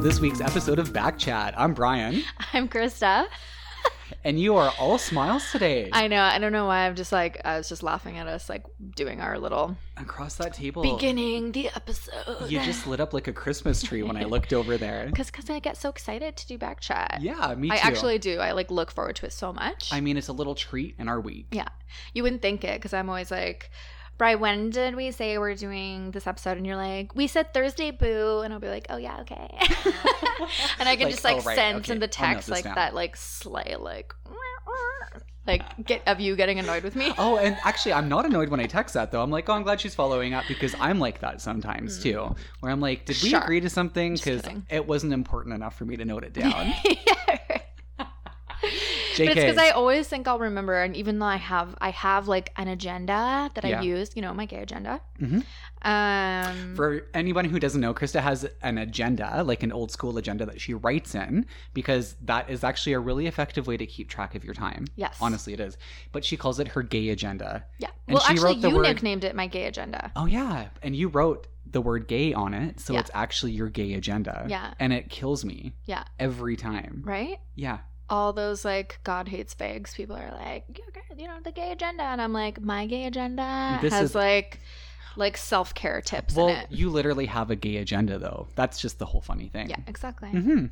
this week's episode of Back Chat. I'm Brian, I'm Krista. and you are all smiles today. I know. I don't know why. I'm just like I was just laughing at us like doing our little Across that table, beginning the episode. you just lit up like a Christmas tree when I looked over there. because because I get so excited to do back chat. Yeah, me too. I actually do. I like look forward to it so much. I mean, it's a little treat in our week. yeah, you wouldn't think it because I'm always like. Bri, when did we say we're doing this episode? And you're like, we said Thursday, boo. And I'll be like, oh, yeah, okay. and I can Like, just like oh, right, sense okay, in the I'll note text this like down. that, like, slight, like, like, get of you getting annoyed with me. Oh, and actually, I'm not annoyed when I text that though. I'm like, oh, I'm glad she's following up because I'm like that sometimes Mm. too, where I'm like, did we Sure. agree to something? Just Because kidding. it wasn't important enough for me to note it down. yeah, right. JK. But it's because I always think I'll remember, and even though I have, I have like an agenda that Yeah. I use, you know, my gay agenda. Mhm. Um, For anyone who doesn't know, Krista has an agenda, like an old school agenda that she writes in, because that is actually a really effective way to keep track of your time. yes, Honestly, it is. But she calls it her gay agenda. yeah. and Well, she actually, wrote the you word- nicknamed it my gay agenda. Oh, yeah. And you wrote the word gay on it. So Yeah. it's actually your gay agenda. Yeah. And it kills me. Yeah. Every time. Right? Yeah. All those like God hates fags. People are like, You're gay, you know, the gay agenda, and I'm like, my gay agenda This has is- like, like self care tips well, in it. you literally have a gay agenda, though. That's just the whole funny thing. Yeah, exactly. hmm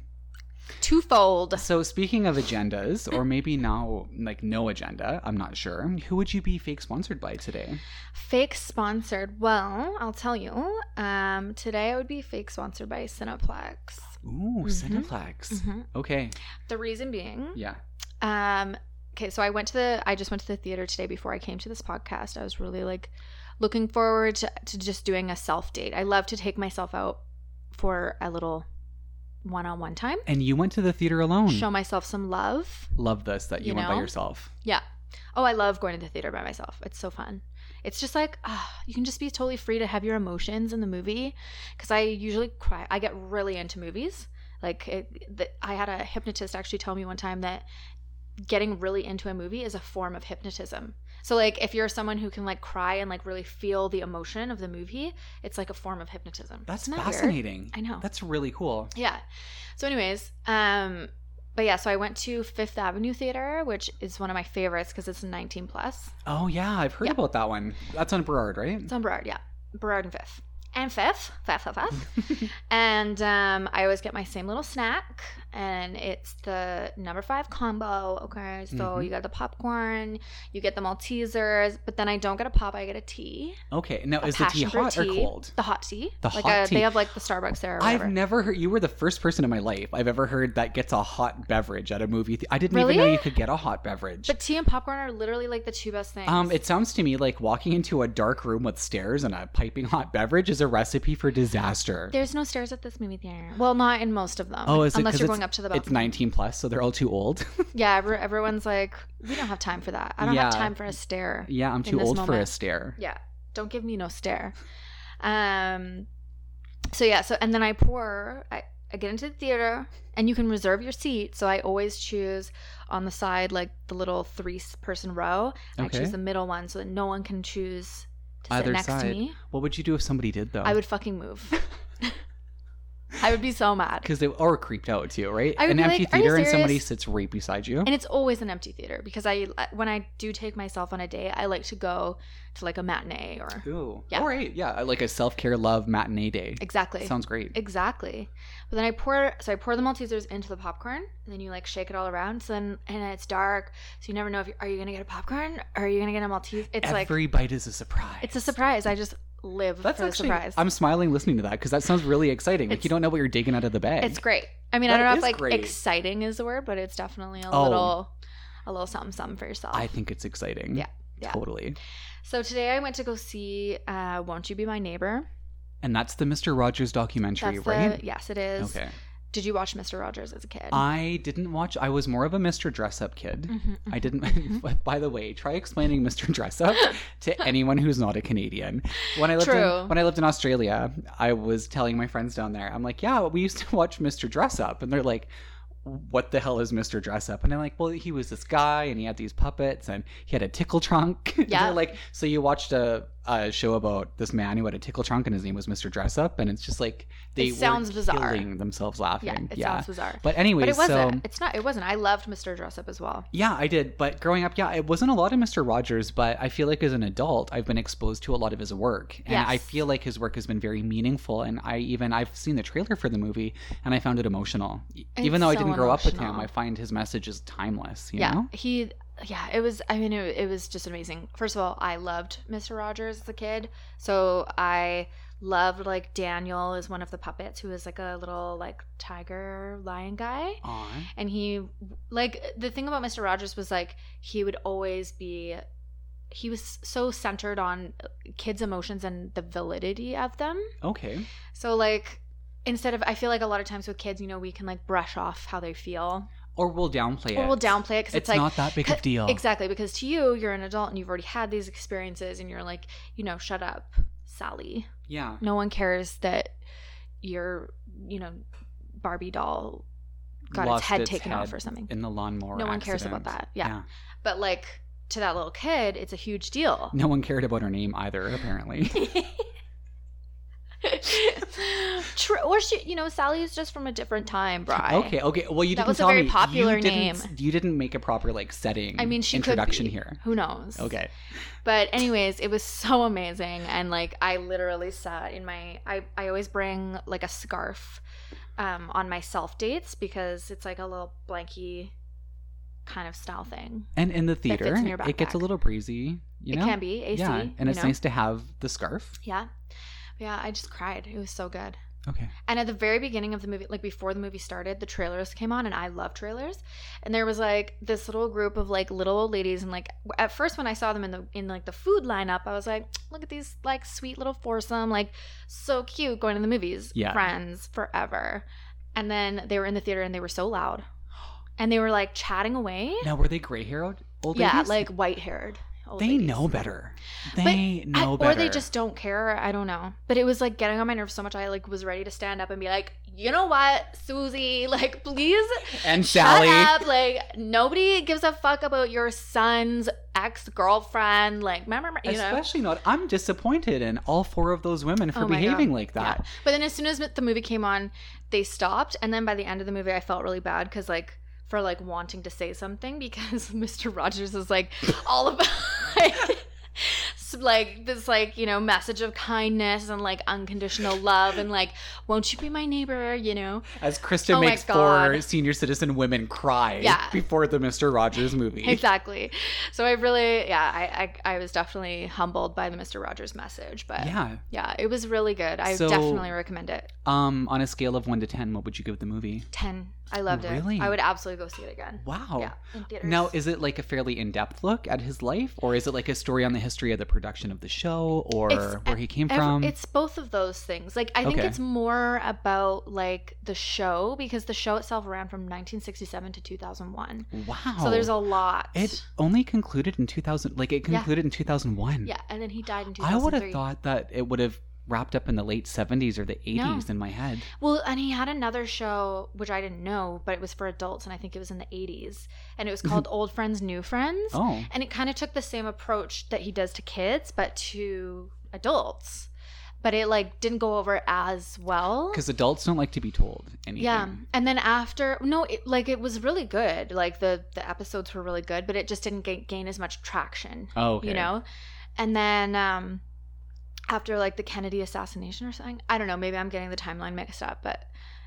Twofold. So speaking of agendas, or maybe now like no agenda, I'm not sure. Who would you be fake sponsored by today? Fake sponsored. Well, I'll tell you. Um, today I would be fake sponsored by Cineplex. Ooh, Mhm. Cineplex. Okay. The reason being, Yeah. um, okay, so I went to the. I just went to the theater today before I came to this podcast. I was really like looking forward to, to just doing a self date. I love to take myself out for a little one on one time, And you went to the theater alone. show myself some love. Love this that you, You went by know? yourself. Yeah. Oh, I love going to the theater by myself. It's so fun. It's just like ah, you can just be totally free to have your emotions in the movie. Because I usually cry. I get really into movies. Like it, the, I had a hypnotist actually tell me one time that getting really into a movie is a form of hypnotism. So like if you're someone who can like cry and like really feel the emotion of the movie, it's like a form of hypnotism. That's Isn't that weird? fascinating. I know. That's really cool. Yeah. So, anyways, um, but yeah, so I went to Fifth Avenue Theater, which is one of my favorites because it's 19 plus. Oh yeah, I've heard Yeah. about that one. That's on Burrard, right? It's on Burrard, yeah, Burrard and Fifth, and Fifth, Fifth, Fifth, Mm. Fifth. and um, I always get my same little snack, and it's the number five combo. Okay, so Mhm. you got the popcorn, you get the Maltesers, but then I don't get a pop, I get a tea, Okay. Now a is the tea passion fruit hot or tea, cold? the hot tea. The like hot a, tea. They have like the Starbucks there. Or whatever. I've never heard. You were the first person in my life I've ever heard that gets a hot beverage at a movie. The- I didn't even know Really? you could get a hot beverage. But tea and popcorn are literally like the two best things. Um, it sounds to me like walking into a dark room with stairs and a piping hot beverage is a recipe for disaster. There's no stairs at this movie theater. Well, not in most of them. Oh, is it unless 'cause you're it's- going up to the It's balcony. 19 plus, so they're all too old. Yeah, every, everyone's like, we don't have time for that. I don't have Yeah. time for a stair. yeah, I'm In too this old for a moment. stair. Yeah, don't give me no stare. Um, so yeah, so and then I pour. I, I get into the theater, and you can reserve your seat. So I always choose on the side, like the little three-person row. I Okay. choose the middle one so that no one can choose to sit Either next to side. me. What would you do if somebody did though? I would fucking move. I would be so mad. because they are creeped out too, right? I would An be empty like, "Are you theater and somebody serious?" sits right beside you. and it's always an empty theater because i when i do take myself on a date i like to go to like a matinee or Ooh, Yeah. all right, yeah, uh, like a self care love matinee day. exactly Sounds great. exactly but then i pour so i pour the maltesers into the popcorn and then you like shake it all around so then and it's dark so you never know if you, are you gonna get a popcorn or are you gonna get a maltese it's like Every bite is a surprise. it's a surprise i just live That's for the actually. surprise I'm smiling listening to that because that sounds really exciting. Like It's- you don't know what you're digging out of the bag. it's great i mean i That don't know is if like great. exciting is the word but it's definitely a Oh. little a little something something for yourself I think it's exciting. Yeah, yeah. Totally. so today i went to go see uh won't you be my neighbor And that's the Mr. Rogers documentary, That's right? the, yes, it is. Okay. Did you watch Mr. Rogers as a kid? I didn't watch. I was more of a Mr. Dress Up kid. Mhm, I mhm. didn't. But by the way, try explaining Mr. Dress Up to anyone who's not a Canadian. When I lived True. in, when I lived in Australia, I was telling my friends down there, I'm like, yeah, we used to watch Mr. Dress Up, and they're like. What the hell is Mr. Dress Up? And I'm like, well, he was this guy and he had these puppets and he had a tickle trunk. And Yeah. they're like, so you watched a, a show about this man who had a tickle trunk and his name was Mr. Dress Up, and it's just like they It sounds were bizarre. killing themselves Yeah, laughing. it Yeah, sounds bizarre. but anyway, But it so wasn't. it's not. It wasn't. I loved Mr. Dress Up as well. yeah, I did. But growing up, yeah, it wasn't a lot of Mr. Rogers, but I feel like as an adult, I've been exposed to a lot of his work, and I Yes. feel like his work has been very meaningful. And I even I've seen the trailer for the movie, and I found it emotional. E- even It's though I so didn't grow up with him, emotional. I find his message is timeless. You yeah, know? he. Yeah, it was. I mean, it, it was just amazing. First of all, I loved Mr. Rogers as a kid, so I loved like Daniel is one of the puppets who is like a little like tiger lion guy. Aw. and he like the thing about Mr. Rogers was like he would always be he was so centered on kids' emotions and the validity of them. Okay. So like instead of I feel like a lot of times with kids, you know, we can like brush off how they feel Or we'll downplay it. or we'll downplay it cuz It's, it's, like not that big of a deal. exactly because to you you're an adult and you've already had these experiences and you're like, you know, shut up, Sally. Yeah. No one cares that your, you know, Barbie doll got Lost its head taken off head or something. in the lawnmower. No one cares about accident. that. Yeah. But like to that little kid, it's a huge deal. No one cared about her name either, apparently. True. Or she, you know, Sally's just from a different time, Bri. Okay, okay. Well, you That didn't was a tell very me. popular you didn't, name. You didn't make a proper like setting. I mean, she could introduction be. here. Who knows? Okay. But anyways, it was so amazing, and like I literally sat in my. I I always bring like a scarf, um, on my self dates because it's like a little blanky, kind of style thing. And in the fits in theater, your it gets a backpack. little breezy. You know. It can be AC. yeah, you and it's know? nice to have the scarf. Yeah, yeah. I just cried. It was so good. Okay. And at the very beginning of the movie, like before the movie started, the trailers came on, and I love trailers. And there was like this little group of like little old ladies, and like at first when I saw them in the in like the food lineup, I was like, look at these like sweet little foursome, like so cute, going to the movies, Yeah. friends forever. And then they were in the theater, and they were so loud, and they were like chatting away. Now, were they gray-haired old yeah, ladies? like white haired. they know better. But They know I- better. Or they just don't care. I don't know. But it was like getting on my nerves so much. I like was ready to stand up and be like, you know what, Susie, like please and shut Sally. up. Like nobody gives a fuck about your son's ex girlfriend. Like, remember, you know. Especially not. I'm disappointed in all four of those women for Oh my God. behaving like Yeah. that. But then as soon as the movie came on, they stopped. And then by the end of the movie, I felt really bad because like. For like wanting to say something because Mr. Rogers is like all about like, s- like this like you know message of kindness and like unconditional love and like won't you be my neighbor you know As Krista Oh my makes four God. senior citizen women cry Yeah. before the Mister Rogers movie. exactly so I really yeah I, I I was definitely humbled by the Mr. Rogers message but yeah, Yeah. it was really good I So- definitely recommend it Um, on a scale of one to ten, what would you give the movie? 10 I loved Really? it I would absolutely go see it again Wow. yeah in theaters Now, is it like a fairly in-depth look at his life, or is it like a story on the history of the production of the show, or It's- where he came Every- from? It's both of those things. Like I think Okay. it's more about like the show because the show itself ran from 1967 to 2001. wow. So there's a lot. Oh. It only concluded in 2000. Like it Yeah. concluded in 2001. yeah, and then he died in I 2003. would have thought that it would have wrapped up in the late 70s or the 80s No. in my head. Well, and he had another show which I didn't know, but it was for adults, and I think it was in the 80s, and it was called Old Friends, New Friends, Mm-hmm. Oh. and it kind of took the same approach that he does to kids, but to adults. But it like didn't go over as well. Because adults don't like to be told anything. Yeah, and then after no, it, like it was really good. Like the the episodes were really good, but it just didn't gain, gain as much traction, Oh, okay. you know. And then um after like the Kennedy assassination or something, I don't know. Maybe I'm getting the timeline mixed up, but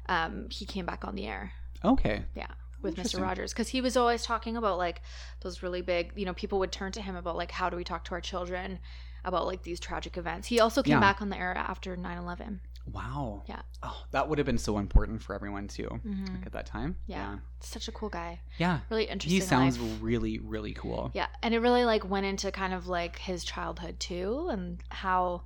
um he came back on the air Okay. Yeah, with Mr. Interesting. Rogers because he was always talking about like those really big, you know, people would turn to him about like how do we talk to our children about like these tragic events. He also came Yeah. back on the air after 9/11. Wow. Yeah. Oh, that would have been so important for everyone too. Mhm. Like at that time. Yeah. Such a cool guy. Yeah. Really yeah. interesting. He sounds life. really, really cool. Yeah, and it really like went into kind of like his childhood too, and how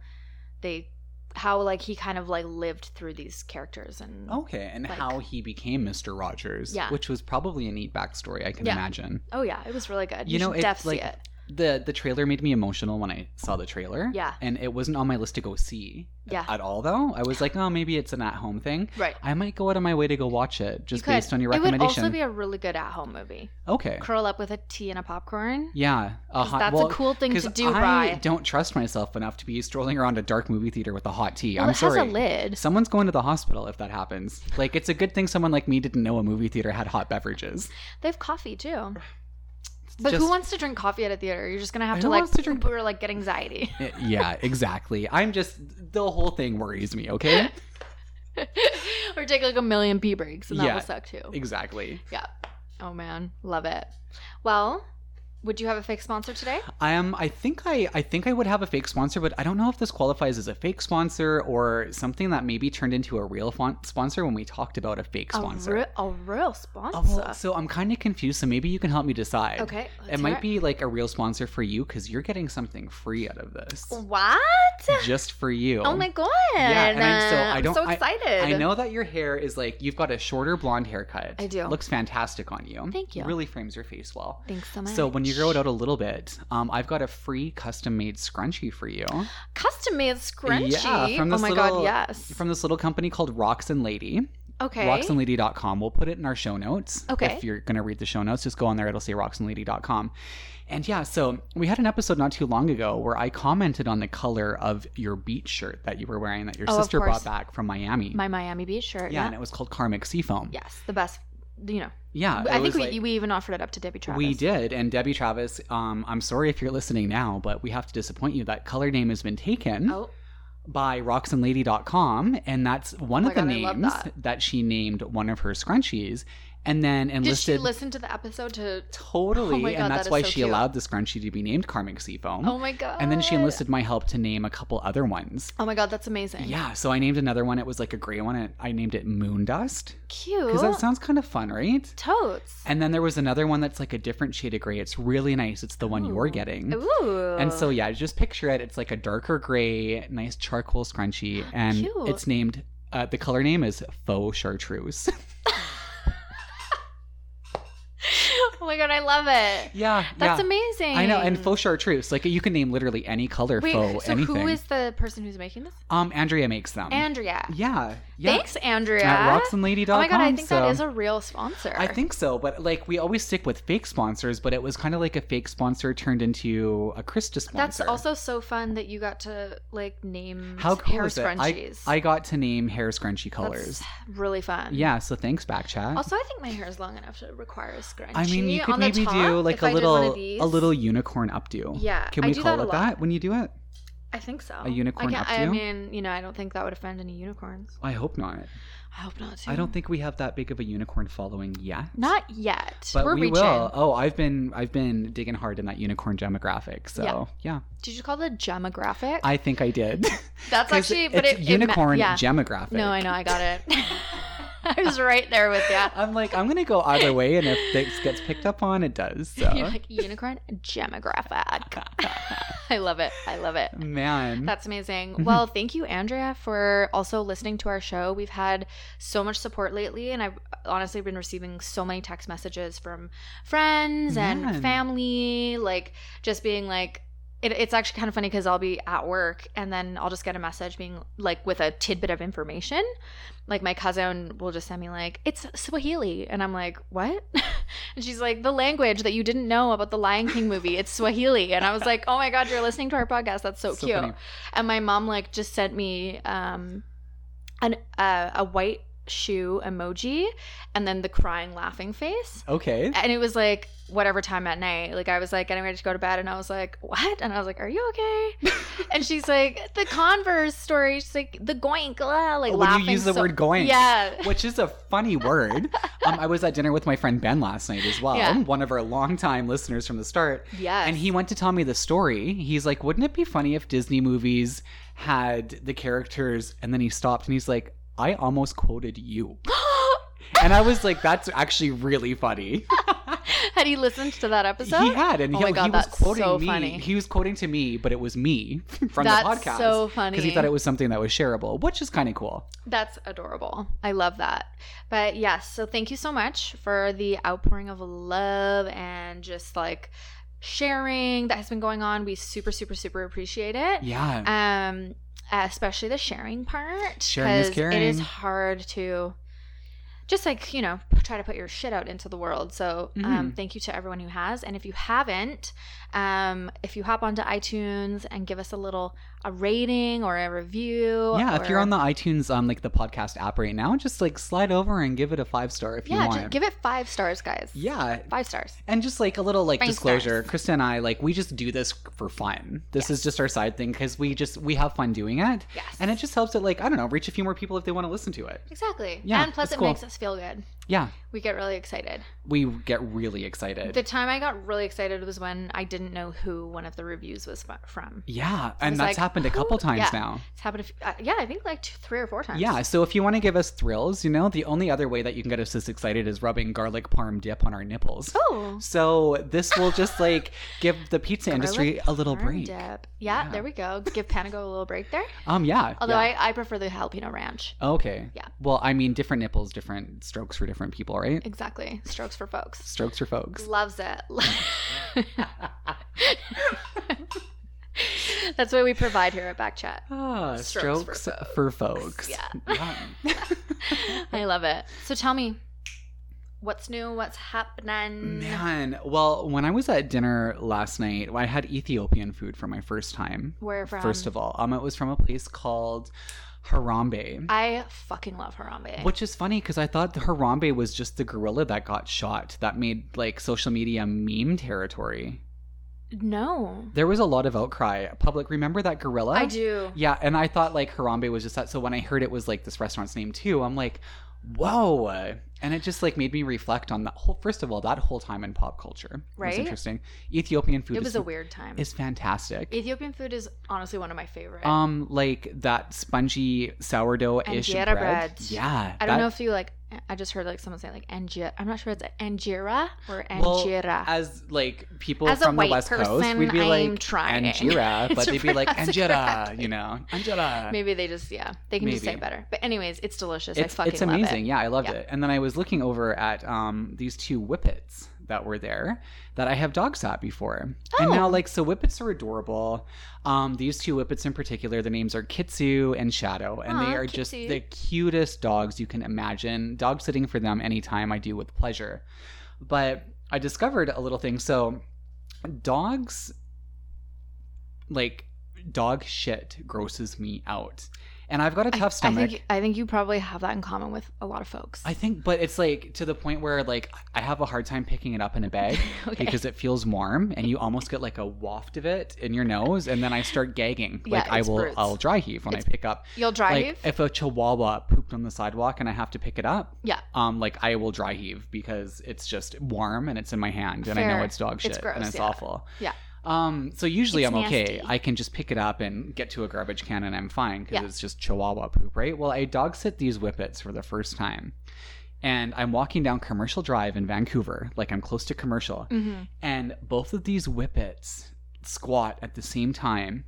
they, how like he kind of like lived through these characters and Okay, and Like- how he became Mr. Rogers, Yeah. which was probably a neat backstory, I can Yeah. imagine. oh yeah, it was really good. You You, know, know, should it's def see like- it. the the trailer made me emotional when I saw the trailer. Yeah. And it wasn't on my list to go see. Yeah. At all though. I was like, oh, maybe it's an at home thing. Right. I might go out of my way to go watch it You just could. based on your It would also recommendation. be a really good at home movie. okay. Curl up with a tea and a popcorn. Yeah. A 'Cause that's Uh-huh. well, a cool thing to 'cause do, I Bri. don't trust myself enough to be strolling around a dark movie theater with a hot tea. Well, I'm it sorry. has a lid. Someone's going to the hospital if that happens. Like, it's a good thing someone like me didn't know a movie theater had hot beverages. They have coffee too. But who just- wants to drink coffee at a theater? You're just gonna have Who to like wants to drink- poop or like get anxiety. Eh, yeah, exactly. I'm just the whole thing worries me. Okay, or take like a million pee breaks and that Yeah. will suck too. exactly. Oh man, love it. Well, would you have a fake sponsor today? I am. I think I. I think I would have a fake sponsor, but I don't know if this qualifies as a fake sponsor or something that maybe turned into a real font sponsor when we talked about a fake sponsor. A, re- a real Oh, sponsor. well, so I'm kind of confused. So maybe you can help me decide. okay. It let's hear might be like a real sponsor for you because you're getting something free out of this, What? just for you. Oh my god! and I'm so- I I'm don't- so I- excited. I know that your hair is like you've got a shorter blonde haircut. I do. Looks fantastic on you. Thank you. Really frames your face well. Thanks so much. So when you grow it out a little bit, um, I've got a free custom made scrunchie for you custom made scrunchie. Yeah, from oh this my little- god, yes. from this little company called Rocks and Lady. okay. Rocksandlady.com. We'll put it in our show notes. Okay. If you're gonna read the show notes, just go on there. It'll say rocksandlady.com. And yeah, so we had an episode not too long ago where I commented on the color of your beach shirt that you were wearing that your Oh, of sister brought course. back from Miami. My Miami Beach shirt. yeah, Yeah. and it was called Karmic Seafoam. Yes, the best. You know, Yeah, I it think was we, like- we even offered it up to Debbie Travis. We did, and Debbie Travis. Um, I'm sorry if you're listening now, but we have to disappoint you. That color name has been taken Oh, by rocksandlady.com, and that's one Oh of the my God, I love names that. she named one of her scrunchies, and then did she enlisted listen to the episode? To totally, Oh my God, and that that's is why so she cute. allowed the scrunchie to be named Karmic Seafoam. oh my god. Mm-hmm. and then she enlisted my help to name a couple other ones. Oh my god, that's amazing. Yeah, so I named another one. It was like a gray one, and I named it Moon Dust cute. because that sounds kind of fun, right? Totes. And then there was another one that's like a different shade of gray. It's really nice. It's the one you're Ooh. getting. Ooh. And so yeah, just picture it. It's like a darker gray, nice charcoal scrunchie, and Cute. it's named. Uh, the color name is faux chartreuse. oh my god, I love it. yeah, That's yeah. amazing. I know, and faux chartreuse. Like you can name literally any color Wait, faux so anything. who is the person who's making this? um, Andrea makes them. Andrea. yeah, yeah. Thanks, Andrea. At rocksandlady.com. oh my god, I think so. that is a real sponsor. I think so, but like we always stick with fake sponsors, but it was kind of like a fake sponsor turned into a Krista sponsor. that's also so fun that you got to like name How cool hair is it? I, scrunchies. I got to name hair scrunchie colors. That's really fun. Yeah, so thanks, Backchat. Also, I think my hair is long enough to require a scrunchie. I mean, you could on the maybe top, do like if a I did one of little these. a little unicorn updo. Yeah, Can I we do call that it a lot. that when you do it? I think so. a unicorn I, can't- I updo? mean, you know, I don't think that would offend any unicorns. I hope not. I hope not. Too. I don't think we have that big of a unicorn following yet. Not yet. but We're we reaching. will. Oh, I've been I've been digging hard in that unicorn demographic. So Yeah. yeah, Did you call it a demographic? I think I did. That's 'Cause actually, but it's it it ma- unicorn yeah. demographic. No, I know. I got it. I was right there with you. I'm like I'm gonna go either way, and if this gets picked up on, it does. You're So like unicorn demographic. I love it. I love it. man, That's amazing. Mhm. Well, thank you, Andrea, for also listening to our show. We've had so much support lately, and I've honestly been receiving so many text messages from friends and Man. family, like just being like, it, it's actually kind of funny because I'll be at work and then I'll just get a message being like with a tidbit of information. Like my cousin will just send me like it's Swahili, and I'm like, what? and she's like, the language that you didn't know about the Lion King movie, it's Swahili, and I was like, oh my god, you're listening to our podcast, that's so, cute. funny. And my mom like just sent me um an uh, a white shoe emoji and then the crying laughing face. Okay. And it was like whatever time at night. Like I was like getting ready to go to bed and I was like, "What?" And I was like, "Are you okay?" and she's like, "The Converse story." She's like, "The goink." ah," like When laughing. Oh, you use the so- word going. Yeah. which is a funny word. Um, I was at dinner with my friend Ben last night as well, Yeah. one of our longtime listeners from the start. Yes. And he went to tell me the story. He's like, wouldn't it be funny if Disney movies had the characters? And then he stopped and he's like, I almost quoted you. And I was like, that's actually really funny. had he listened to that episode? he had, and Oh he, my God, he was that's quoting so me. funny. He was quoting to me, but it was me from That's the podcast. so funny. Because he thought it was something that was shareable, which is kind of cool. That's adorable. I love that. But yes, so thank you so much for the outpouring of love and just like sharing that has been going on. We super, super, super appreciate it. Yeah. Um, especially the sharing part. Sharing is 'cause It caring. is hard to just like, you know, try to put your shit out into the world. So Mm-hmm. um, thank you to everyone who has. And if you haven't, um, if you hop onto iTunes and give us a little a rating or a review. yeah, if you're or- on the iTunes, um, like the podcast app right now, just like slide over and give it a five star if Yeah, you want. just give it five stars, guys. yeah, Five stars. and just like a little like Five disclosure, stars. Krista and I like we just do this for fun. This is just our side thing because we just we have fun doing it, Yes. and it just helps it like I don't know reach a few more people if they want to listen to it. Exactly. Yeah, and plus it's it cool. makes us feel good. Yeah, We get really excited. we get really excited. The time I got really excited was when I didn't know who one of the reviews was fu- from. yeah, and was that's like, happened a couple who- times yeah. now. It's happened, a few, uh, yeah, I think like two, three or four times. Yeah, so if you want to give us thrills, you know, the only other way that you can get us this excited is rubbing garlic parm dip on our nipples. Oh, So this will just like give the pizza industry garlic a little parm break. dip. Yeah, Yeah. there we go. Give Panago a little break there. Um, yeah. Although yeah. I, I prefer the jalapeno ranch. okay. Yeah. Well, I mean, different nipples, different strokes for different people, right? Exactly. Strokes for folks. Strokes for folks. Loves it. That's what we provide here at Backchat. Ah, Strokes strokes, for for folks. Yeah. Yum. I love it. So tell me, what's new? What's happening? Man, well, when I was at dinner last night, I had Ethiopian food for my first time. Where from? First of all, um, it was from a place called Harambe. I fucking love Harambe. Which is funny because I thought the Harambe was just the gorilla that got shot that made like social media meme territory. No, There was a lot of outcry. Public, remember that gorilla? I do. Yeah, and I thought like Harambe was just that. So when I heard it was like this restaurant's name too, I'm like, whoa. And it just like made me reflect on that whole, first of all, that whole time in pop culture. It was Right? interesting. Ethiopian food It was is, a weird time. is fantastic. Ethiopian food is honestly one of my favorite. um, like that spongy sourdough ish Injera bread. bread. Yeah, I don't that- know if you like. I just heard like someone saying like angira. I'm not sure it's angira or Well, angira. as like people As a from the white West Coast, person, we'd be I'm like trying Angira, but to they'd be like pronounce it Angera, correctly. you know, Angera. Maybe they just yeah they can just say Maybe. it better. But anyways, it's delicious. I It's, fucking it's amazing. love Yeah, I loved Yeah. it. And then I was looking over at um, these two whippets that were there that I have dog sat before. And now, Oh. like, so whippets are adorable. Um, these two whippets in particular, the names are Kitsu and Shadow. And they Aw, are just Kitsu. the cutest dogs you can imagine. Dog sitting for them anytime I do with pleasure. But I discovered a little thing. So dogs like dog shit grosses me out and i've got a it. I- tough stomach I think I think you probably have that in common with a lot of folks. I think, but it's like to the point where like I have a hard time picking it up in a bag Okay. because it feels warm, and you almost get like a waft of it in your nose, and then I start gagging. Yeah, Like I it's will, brutes. I'll dry heave when It's- I pick up. You'll drive. Like if a chihuahua pooped on the sidewalk and I have to pick it up, Yeah. um, like I will dry heave because it's just warm and it's in my hand, and I know Fair. it's dog It's shit and gross, it's yeah. awful. Yeah. Um, so usually It's I'm okay. nasty. I can just pick it up and get to a garbage can and I'm fine because Yeah. it's just chihuahua poop, right? Well, I dog sit these whippets for the first time. And I'm walking down Commercial Drive in Vancouver, like I'm close to Commercial, Mhm. and both of these whippets squat at the same time.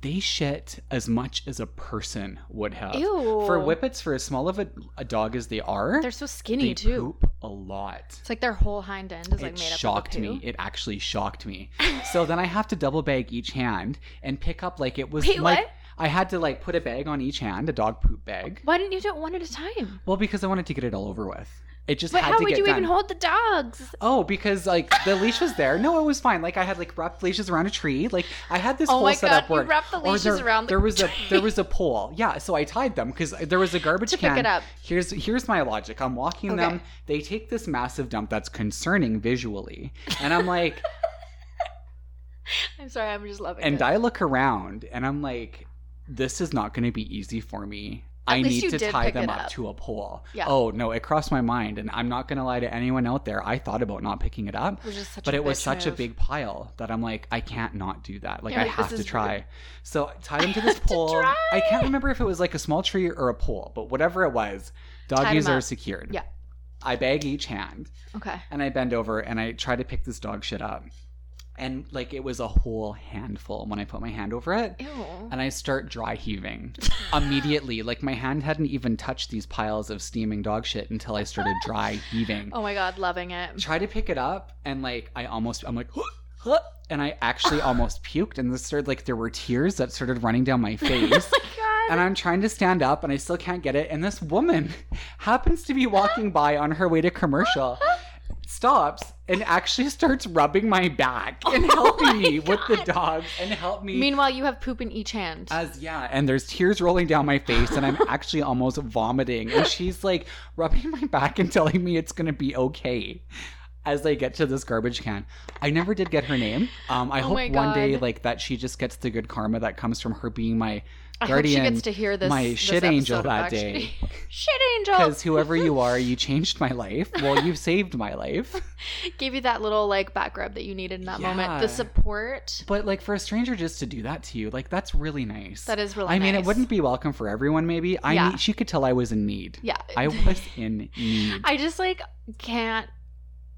They shit as much as a person would have. Ew. uh, For whippets, for as small of a, a dog as they are, they're so skinny they too. poop a lot. It's like their whole hind end is like It made up shocked of poo. me. It actually shocked me. so then I have to double bag each hand and pick up like it was Wait, like what? I had to like put a bag on each hand, a dog poop bag. Why didn't you do it one at a time? Well, because I wanted to get it all over with. It just But had how to would get you done. even hold the dogs? Oh, because like the leash was there. No, it was fine. Like I had like wrapped leashes around a tree. Like I had this Oh whole my setup God, you where wrapped the or leashes there, around the there was a tree. there was a pole. Yeah, so I tied them because there was a garbage To pick can. it up. Here's here's my logic. I'm walking Okay. them. They take this massive dump that's concerning visually, and I'm like, I'm sorry, I'm just loving and it. I look around, and I'm like, this is not going to be easy for me. At I least need you to did tie pick them it up. up. to a pole. Yeah. Oh no, it crossed my mind, and I'm not going to lie to anyone out there. I thought about not picking it up. Which is such but a it was bitch such a move. big pile that I'm like, I can't not do that. Like, You're I like, have this to is try. weird. So I tied him to this have to pole. try. I can't remember if it was like a small tree or a pole, but whatever it was, him doggies are up. secured. Yeah. I bag each hand Okay. and I bend over and I try to pick this dog shit up. And like, it was a whole handful when I put my hand over it. Ew. And I start dry heaving immediately. Like, my hand hadn't even touched these piles of steaming dog shit until I started dry heaving Oh my god, loving it. try to pick it up and like I almost I'm like "Huh," and I actually almost puked, and this started like there were tears that started running down my face. oh my god. and I'm trying to stand up and I still can't get it. And this woman happens to be walking by on her way to commercial, stops and actually starts rubbing my back and helping me with the dog and help me. Meanwhile, you have poop in each hand. as yeah, and there's tears rolling down my face, and I'm actually almost vomiting. And she's like rubbing my back and telling me it's gonna be okay as I get to this garbage can. I never did get her name. Um, I Oh hope my one day God. like that she just gets the good karma that comes from her being my I hope she guardian gets to hear this. my this shit angel episode, that actually. day. shit angel Because whoever you are, you changed my life. Well, you've saved my life. gave you that little like back rub that you needed in that moment. Yeah. The support But like for a stranger just to do that to you, like that's really nice. that is really. I mean, nice. it wouldn't be welcome for everyone. Maybe I. Yeah. Need, she could tell I was in need. Yeah, I was in need. I just like can't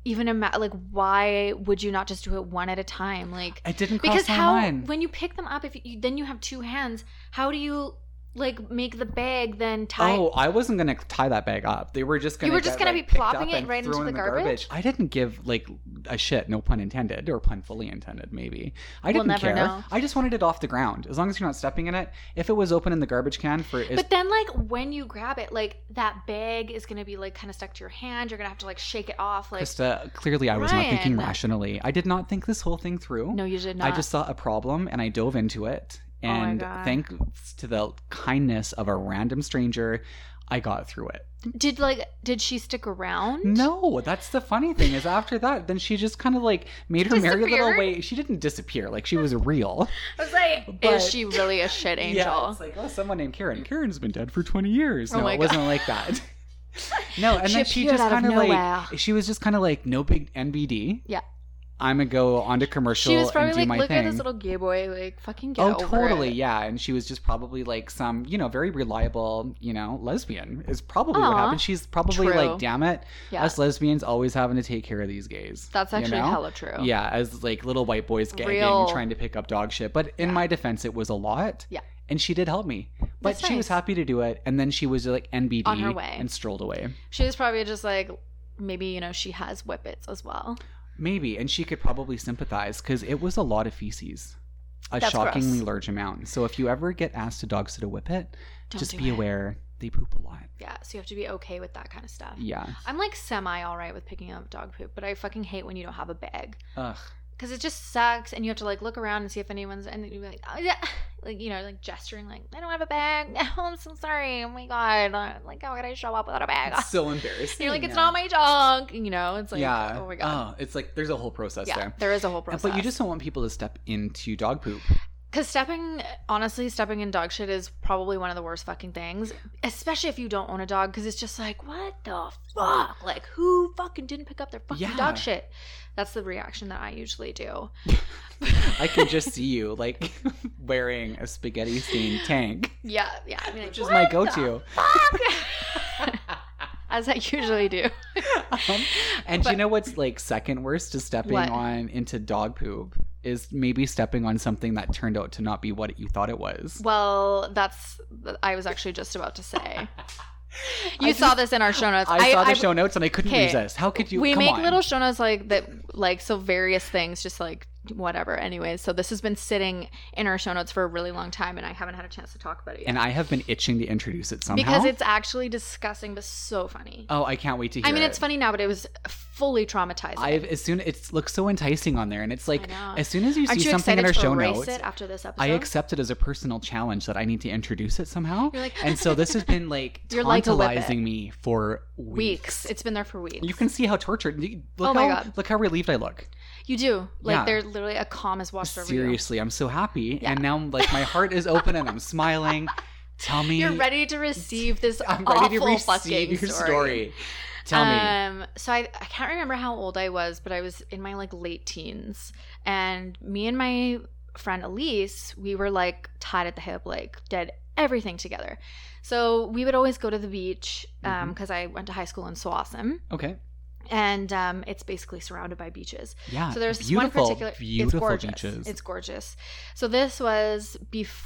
even imagine. Like, why would you not just do it one at a time? Like, I didn't cross because my how mind. when you pick them up, if you then you have two hands, how do you like make the bag then tie? oh, I wasn't gonna tie that bag up. They were just gonna. You were just get, gonna like, be picked plopping up it and right into thrown the in garbage? I didn't give like a shit. No pun intended, or pun fully intended, maybe. I We'll didn't never care. know. I just wanted it off the ground. As long as you're not stepping in it. If it was open in the garbage can for as But then, like when you grab it, like that bag is gonna be like kind of stuck to your hand. You're gonna have to like shake it off. Like, Krista, uh, clearly I was not thinking Ryan. rationally. I did not think this whole thing through. no, you did not. I just saw a problem and I dove into it. Oh my And God. thanks to the kindness of a random stranger, I got through it. did like did she stick around? No, that's the funny thing is after that, then she just kind of like made her merry little Disappeared? way. She didn't disappear, like she was real. I was like, But- is she really a shit angel? Yeah, it's like oh, someone named Karen. Karen's been dead for twenty years. Oh No, my it wasn't like that. No, and She then she appeared just out of kind of nowhere. like she was just kind of like no big NBD. Yeah. I'm gonna go on to commercial she was probably and do like, my look thing. at this little gay boy, like fucking get oh, over totally, it. yeah. And she was just probably like some, you know, very reliable, you know, lesbian is probably what Aw. happened. She's probably True. like, damn it, Yeah. us lesbians always having to take care of these gays. That's you actually know? hella true. Yeah, as like little white boys gagging, Real. trying to pick up dog shit. But in Yeah. my defense, it was a lot. Yeah. And she did help me. But That's she was nice. happy to do it. And then she was like NBD On her way. and strolled away. She was probably just like, maybe, you know, she has whippets as well. Maybe. And she could probably sympathize because it was a lot of feces. A That's shockingly gross. large amount. So if you ever get asked to dog sit a whippet, Don't just do be it. aware they poop a lot. Yeah, so you have to be okay with that kind of stuff. Yeah. I'm like semi all right with picking up dog poop, but I fucking hate when you don't have a bag Ugh. because it just sucks, and you have to like look around and see if anyone's and you're like, oh, yeah, like you know, like gesturing, like I don't have a bag. Oh, I'm so sorry. Oh my god, Uh, like how could I show up without a bag? It's so embarrassing. You're like, it's not my dog. You know, it's like, yeah. oh my god. Oh, it's like there's a whole process yeah, there. there is a whole process. But you just don't want people to step into dog poop. Because stepping, honestly, stepping in dog shit is probably one of the worst fucking things, especially if you don't own a dog, because it's just like, what the fuck? Like, who fucking didn't pick up their fucking Yeah. dog shit? That's the reaction that I usually do. I can just see you like wearing a spaghetti stained tank, Yeah, yeah. I mean, like, which is my "What the go-to. fuck?" As I usually do. Um, and do But- you know what's like second worst to stepping What? on into dog poop is maybe stepping on something that turned out to not be what you thought it was. Well, that's, I was actually just about to say. You I saw just- this in our show notes. I saw the I- show notes and I couldn't 'Kay. resist. How could you? we come make on. little show notes like that like so various things just like whatever anyways so this has been sitting in our show notes for a really long time and i haven't had a chance to talk about it yet and I have been itching to introduce it somehow. because it's actually disgusting but so funny oh, I can't wait to hear. i mean it. it's funny now but it was fully traumatizing I've as soon it looks so enticing on there, and it's like know. as soon as you aren't see you something excited in our to show erase notes, it after this episode I accept it as a personal challenge that I need to introduce it somehow. You're like- and so this has been like You're like to whip it. tantalizing me for weeks. weeks it's been there for weeks You can see how tortured. you- Look Oh my how, God. Look how relieved I look. you do like Yeah. there's literally a calm is washed over you Seriously, I'm so happy, Yeah. and now I'm like my heart is open and I'm smiling. Tell me, you're ready to receive this I'm ready awful to fucking receive your story. Tell me. Um, so I, I can't remember how old I was, but I was in my like late teens, and me and my friend Elise, we were like tied at the hip, like did everything together. So we would always go to the beach because Mm-hmm. I went to high school in Sawasm, Okay. and um, it's basically surrounded by beaches. Yeah. So there's this one Ah, beautiful, particular. beautiful it's gorgeous. beaches. It's gorgeous. So this was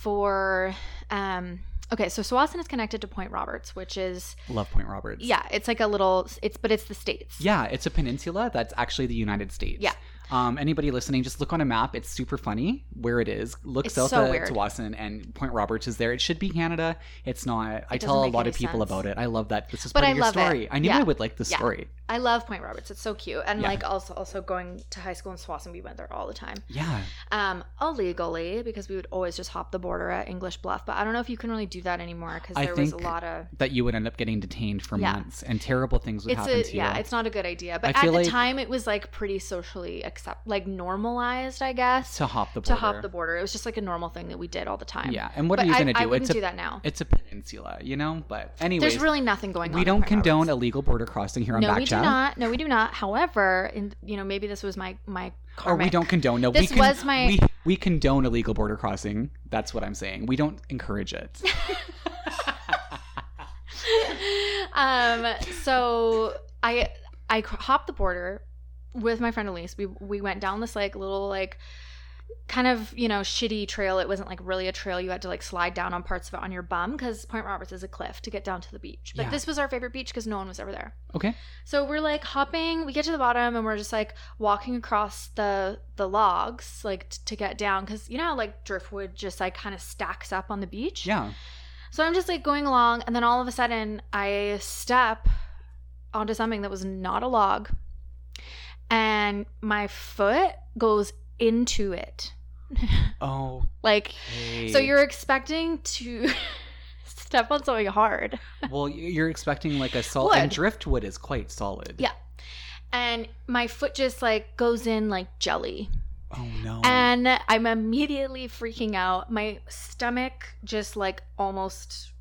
before. Um, okay, so Sawasm is connected to Point Roberts, which is Love Point Roberts. yeah, it's like a little. It's but it's the states. Yeah, it's a peninsula that's actually the United States. Yeah. Um, anybody listening, just look on a map. It's super funny where it is. Look It's south so of weird. Tawasin and Point Roberts is there. It should be Canada. It's not. I It doesn't tell a make lot any of people sense. about it. I love that. This is But part I of your love it. story. I knew Yeah. I would like this Yeah. story. I love Point Roberts. It's so cute. And Yeah. like also also going to high school in Swanson, we went there all the time. Yeah. Um, illegally because we would always just hop the border at English Bluff. But I don't know if you can really do that anymore because I there was a think lot of That you would end up getting detained for Yeah. months and terrible things would it's happen a to you. yeah, it's not a good idea. But I at the feel like- time, it was like pretty socially accept, like normalized, I guess, to hop the to border. hop the border. It was just like a normal thing that we did all the time. Yeah. And what but are you I- going to I do? wouldn't It's a do that now. it's a peninsula, you know. But anyways, There's really nothing going on. we in don't Pine Roberts. condone illegal border crossing here on No, Back we do Chat. not. No, we do not. However, in, you know, maybe this was my my Or karmic. we don't condone. No, we, This con- was my- we we condone illegal border crossing. That's what I'm saying. We don't encourage it. um. So I I cr- hopped the border with my friend Elise. We we went down this like little like kind of you know shitty trail. It wasn't like really a trail. You had to like slide down on parts of it on your bum because Point Roberts is a cliff to get down to the beach. But Yeah. this was our favorite beach because no one was ever there. Okay. So we're like hopping. We get to the bottom and we're just like walking across the the logs like t- to get down because you know how, like driftwood just like kind of stacks up on the beach. Yeah. So I'm just like going along, and then all of a sudden, I step onto something that was not a log, and my foot goes into it. Oh. Like, so you're expecting to step on something hard, well. You're expecting like a salt and Wood. driftwood is quite solid. Yeah. and my foot just like goes in like jelly. Oh no. And I'm immediately freaking out. My stomach just like almost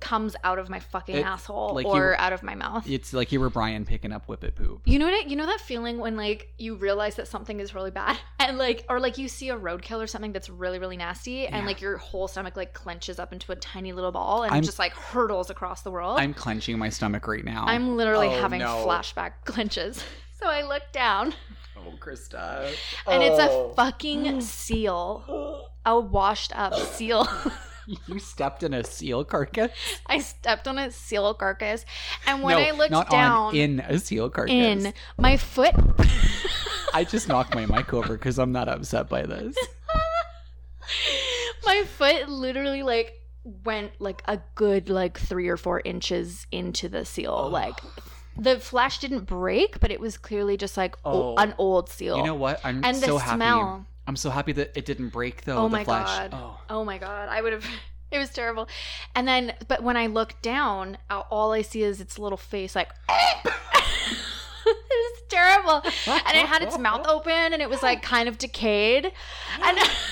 comes out of my fucking It- asshole like you- or out of my mouth. it's like you were Brian picking up whippet poop. You know what? I, you know that feeling when like you realize that something is really bad, and like, or like you see a roadkill or something that's really, really nasty, and Yeah. like your whole stomach like clenches up into a tiny little ball and it I'm- just like hurtles across the world. I'm clenching my stomach right now. I'm literally Oh, having no. flashback clenches. So I look down, Oh, Krista. and it's Oh. a fucking seal, a washed up seal. you stepped in a seal carcass. I stepped on a seal carcass, and when no, I looked not down on, in a seal carcass. in my foot. I just knocked my mic over because I'm not upset by this. my foot literally like went like a good like three or four inches into the Oh. seal like the flash didn't break but it was clearly just like Oh. o- an old seal you know what? I'm and the so happy. smell I'm so happy that it didn't break though. Oh the my flesh. God. Oh. oh my god i would have it was terrible and then but when i look down a- all i see is its little face like it was terrible and it had its mouth open and it was like kind of decayed and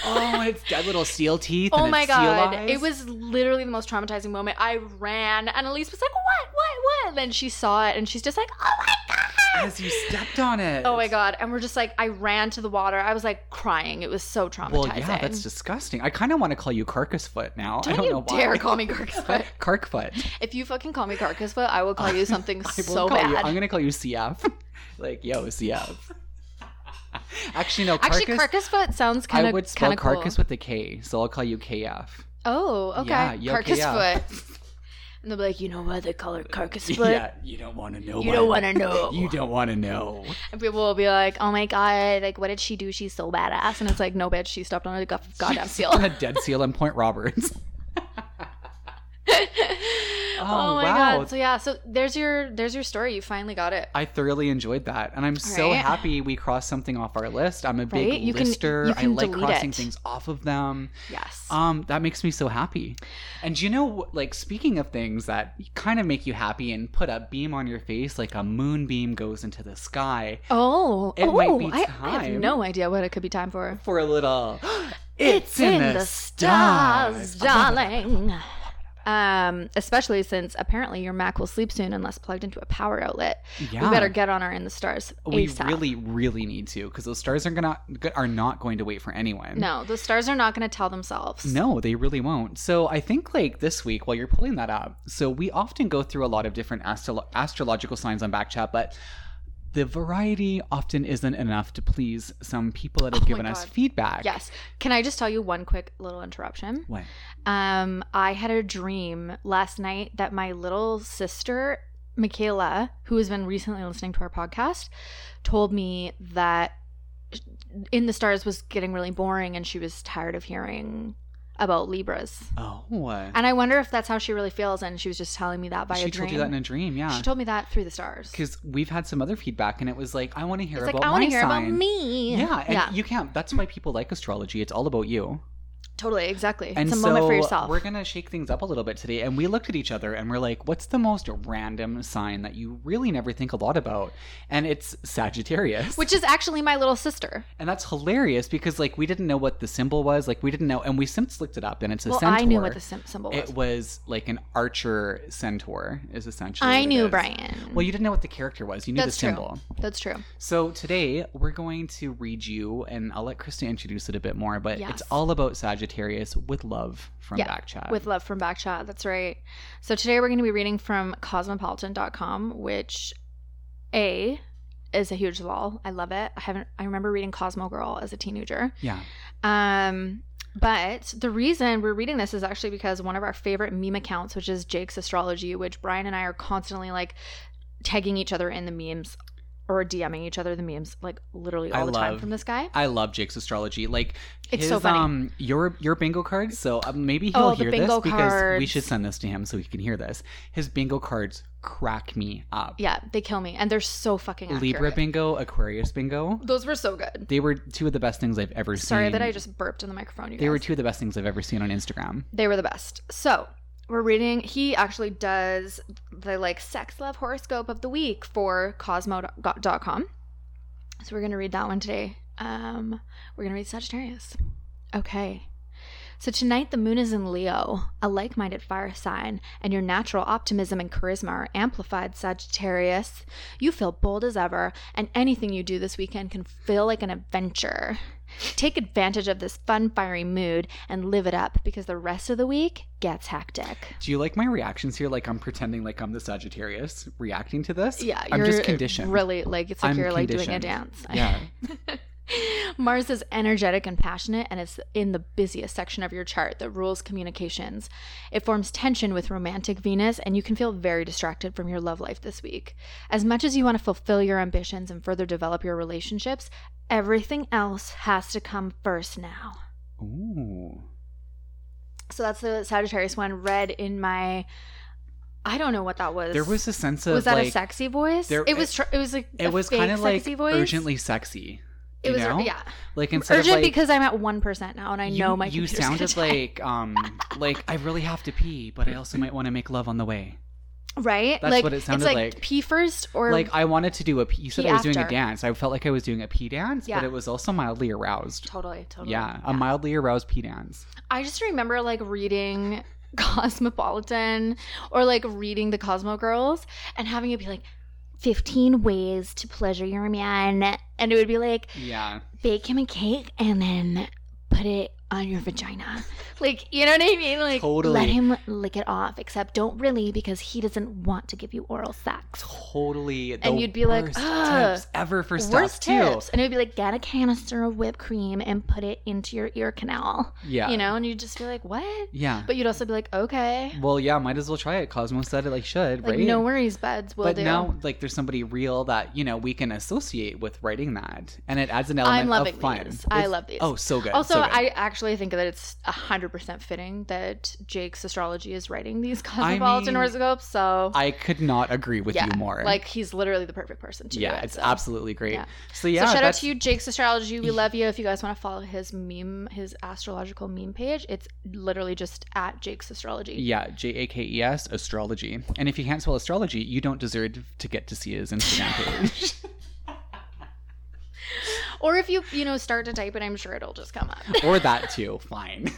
oh, it's dead little seal teeth. Oh and my its seal god. eyes. It was literally the most traumatizing moment. I ran and Elise was like, What? What? What? And then she saw it and she's just like, Oh my god. as you stepped on it. Oh my god. And we're just like, I ran to the water. I was like crying. It was so traumatizing. Well, yeah, that's disgusting. I kind of want to call you carcass foot now. don't, I don't you know why. dare call me carcass foot. Carc foot. If you fucking call me carcass foot, I will call you something I will so call bad. you. I'm gonna call you CF. like yo CF. Actually no. Carcass, Actually, carcass foot sounds kind I of would spell cool. carcass with a K, so I'll call you KF. Oh, okay. Yeah, yo, carcass yeah. foot. And they'll be like, you know what? They call her carcass foot. yeah, you don't want to know. You what don't I- want to know. You don't want to know. And people will be like, "Oh my god, like what did she do? She's so badass." And it's like, "No, bitch, she stepped on a go- goddamn seal." On a dead seal in Point Roberts. oh, my wow. god! So yeah, so there's your there's your story. You finally got it, I thoroughly enjoyed that, and I'm so Right. happy we crossed something off our list. I'm a Right? big You can- lister. you can I like delete crossing it. things off of them. yes. Um, that makes me so happy. And you know, like speaking of things that kind of make you happy and put a beam on your face, like a moonbeam goes into the sky oh, it oh, might be I, I have time. no idea what it could be time for. for a little. It's in, the stars, darling. Um, especially since apparently your Mac will sleep soon unless plugged into a power outlet. Yeah. We better get on our in the stars. we ASAP. really, really need to, because those stars are gonna are not going to wait for anyone. no. The stars are not going to tell themselves. No, they really won't. So I think like this week, while you're pulling that up, so we often go through a lot of different astro- astrological signs on Backchat, but the variety often isn't enough to please some people that have Oh my given us God. feedback. Yes. Can I just tell you one quick little interruption? What? Um, I had a dream last night that my little sister, Michaela, who has been recently listening to our podcast, told me that in the stars was getting really boring and she was tired of hearing about libras Oh, uh, and i wonder if that's how she really feels and she was just telling me that by she a dream told you that in a dream, yeah. she told me that through the stars Because we've had some other feedback, and it was like, I want to hear it's about like i my want to hear sign. about me Yeah, and yeah you can't. That's why people like astrology. It's all about you. totally exactly And it's a so moment for yourself we're gonna shake things up a little bit today. And we looked at each other and we're like, "What's the most random sign that you really never think a lot about?" And it's Sagittarius, which is actually my little sister and that's hilarious because like we didn't know what the symbol was. Like we didn't know, and we since looked it up, and it's a well centaur. i knew what the sim- symbol was it was like an archer centaur is essentially. what i it knew is. brian Well, you Uh, didn't know what the character was. You knew That's the true. symbol. that's true So today we're going to read you, and I'll let Krista introduce it a bit more, but Yes. it's all about Sagittarius with love from Yeah, Backchat. with love from backchat that's right so today we're going to be reading from cosmopolitan.com which a is a huge lol i love it i haven't i remember reading cosmo girl as a teenager yeah, um but the reason we're reading this is actually because one of our favorite meme accounts which is jake's astrology which brian and i are constantly like tagging each other in the memes or DMing each other the memes like literally all I the time love- from this guy. I love Jake's astrology. Like It's his, so funny. Um, your your bingo cards. So uh, maybe he'll Oh, the hear this bingo because we cards. should send this to him so he can hear this. His bingo cards crack me up. Yeah, they kill me, and they're so fucking accurate. Libra bingo, Aquarius bingo. Those were so good. They were two of the best things I've ever seen. Sorry that I just burped in the microphone. You They guys. were two of the best things I've ever seen on Instagram. They were the best. So we're reading. He actually does the like sex love horoscope of the week for Cosmo.com. So we're gonna read that one today. Um, we're gonna read Sagittarius. Okay. So tonight the moon is in Leo, a like-minded fire sign, and your natural optimism and charisma are amplified, Sagittarius. You feel bold as ever, and anything you do this weekend can feel like an adventure. Take advantage of this fun, fiery mood and live it up because the rest of the week gets hectic. Do you like my reactions here? Like I'm pretending like I'm the Sagittarius reacting to this? Yeah, I'm you're just conditioned. Really, like it's like I'm you're like doing a conditioned. dance. Yeah. Mars is energetic and passionate and is in the busiest section of your chart that rules communications. It forms tension with romantic Venus, and you can feel very distracted from your love life this week. As much as you want to fulfill your ambitions and further develop your relationships, everything else has to come first now. Ooh. So that's the Sagittarius one read in my. I don't know what that was. There was a sense of was that like a sexy voice? there- it was. Tr- it was like it a was fake kind of like sexy voice. urgently sexy. It you was know? yeah Like instead urgent of like because I'm at one percent now and I you, know my you computer's gonna sounded die. like um like I really have to pee, but I also might want to make love on the way. right that's like what it sounded it's like, like. pee first or like I wanted to do a pee. You said pee I was doing a after. dance. I felt like I was doing a pee dance, Yeah. but it was also mildly aroused. totally totally Yeah, a mildly aroused pee dance. I just remember like reading Cosmopolitan or like reading the Cosmo Girls and having it be like 15 ways to pleasure your man and it would be like Yeah. bake him a cake and then put it on your vagina. Like, you know what I mean? Like, Totally. let him lick it off, except don't really because he doesn't want to give you oral sex. Totally. The And you'd be like, worst "Ugh, tips ever for stuff Worst too. tips. And it would be like, get a canister of whipped cream and put it into your ear canal, Yeah. you know? And you'd just be like, what? Yeah. But you'd also be like, okay. Well, yeah, might as well try it. Cosmo said it like should, Like, right? no worries, buds. We'll but do. now like there's somebody real that, you know, we can associate with writing that. And it adds an element I'm loving of fun. these. I It's- love these. Oh, so good. also, so good. I actually think that it's 100% fitting that Jake's astrology is writing these cosmopolitan mean, horoscopes. So I could not agree with Yeah, you more. Like he's literally the perfect person to do yeah, it. it's so. absolutely great. yeah. So yeah, so shout out that's- to you, Jake's Astrology. We love you. If you guys want to follow his meme, his astrological meme page, it's literally just at Jake's Astrology. Yeah, J A K E S astrology. And if you can't spell astrology, you don't deserve to get to see his Instagram page. Or if you you know start to type it, I'm sure it'll just come up. or that too. Fine.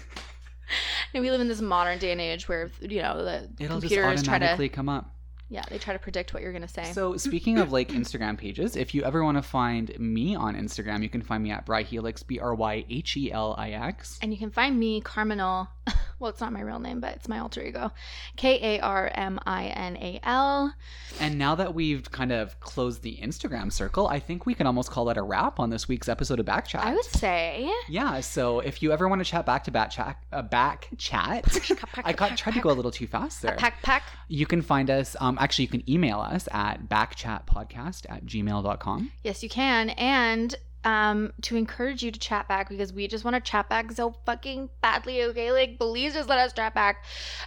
and we live in this modern day and age where you know the It'll just computers try to automatically come up. yeah they try to predict what you're gonna say. So speaking of like Instagram pages, if you ever want to find me on Instagram, you can find me at Bryhelix, B R Y H E L I X. and you can find me Carminal. Well, it's not my real name, but it's my alter ego, K A R M I N A L. And now that we've kind of closed the Instagram circle, I think we can almost call that a wrap on this week's episode of Backchat. I would say. Yeah, so if you ever want to chat back to back chat, uh, back chat, I got tried to go a little too fast there. pack pack. You can find us, um, actually, you can email us at backchatpodcast at gmail.com. Yes, you can. And um to encourage you to chat back because we just want to chat back so fucking badly okay like please just let us chat back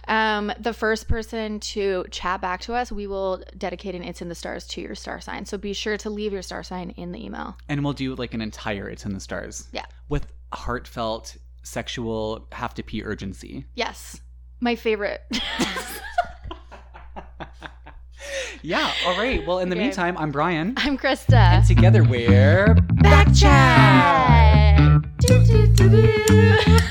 um the first person to chat back to us we will dedicate an it's in the stars to your star sign so be sure to leave your star sign in the email and we'll do like an entire It's in the Stars. Yeah. With heartfelt, sexual, have to pee urgency. yes my favorite yeah. All right. Well, in the Okay. Uh-huh. meantime, I'm Brian. i'm And krista together we're back chat Do, do, do, do.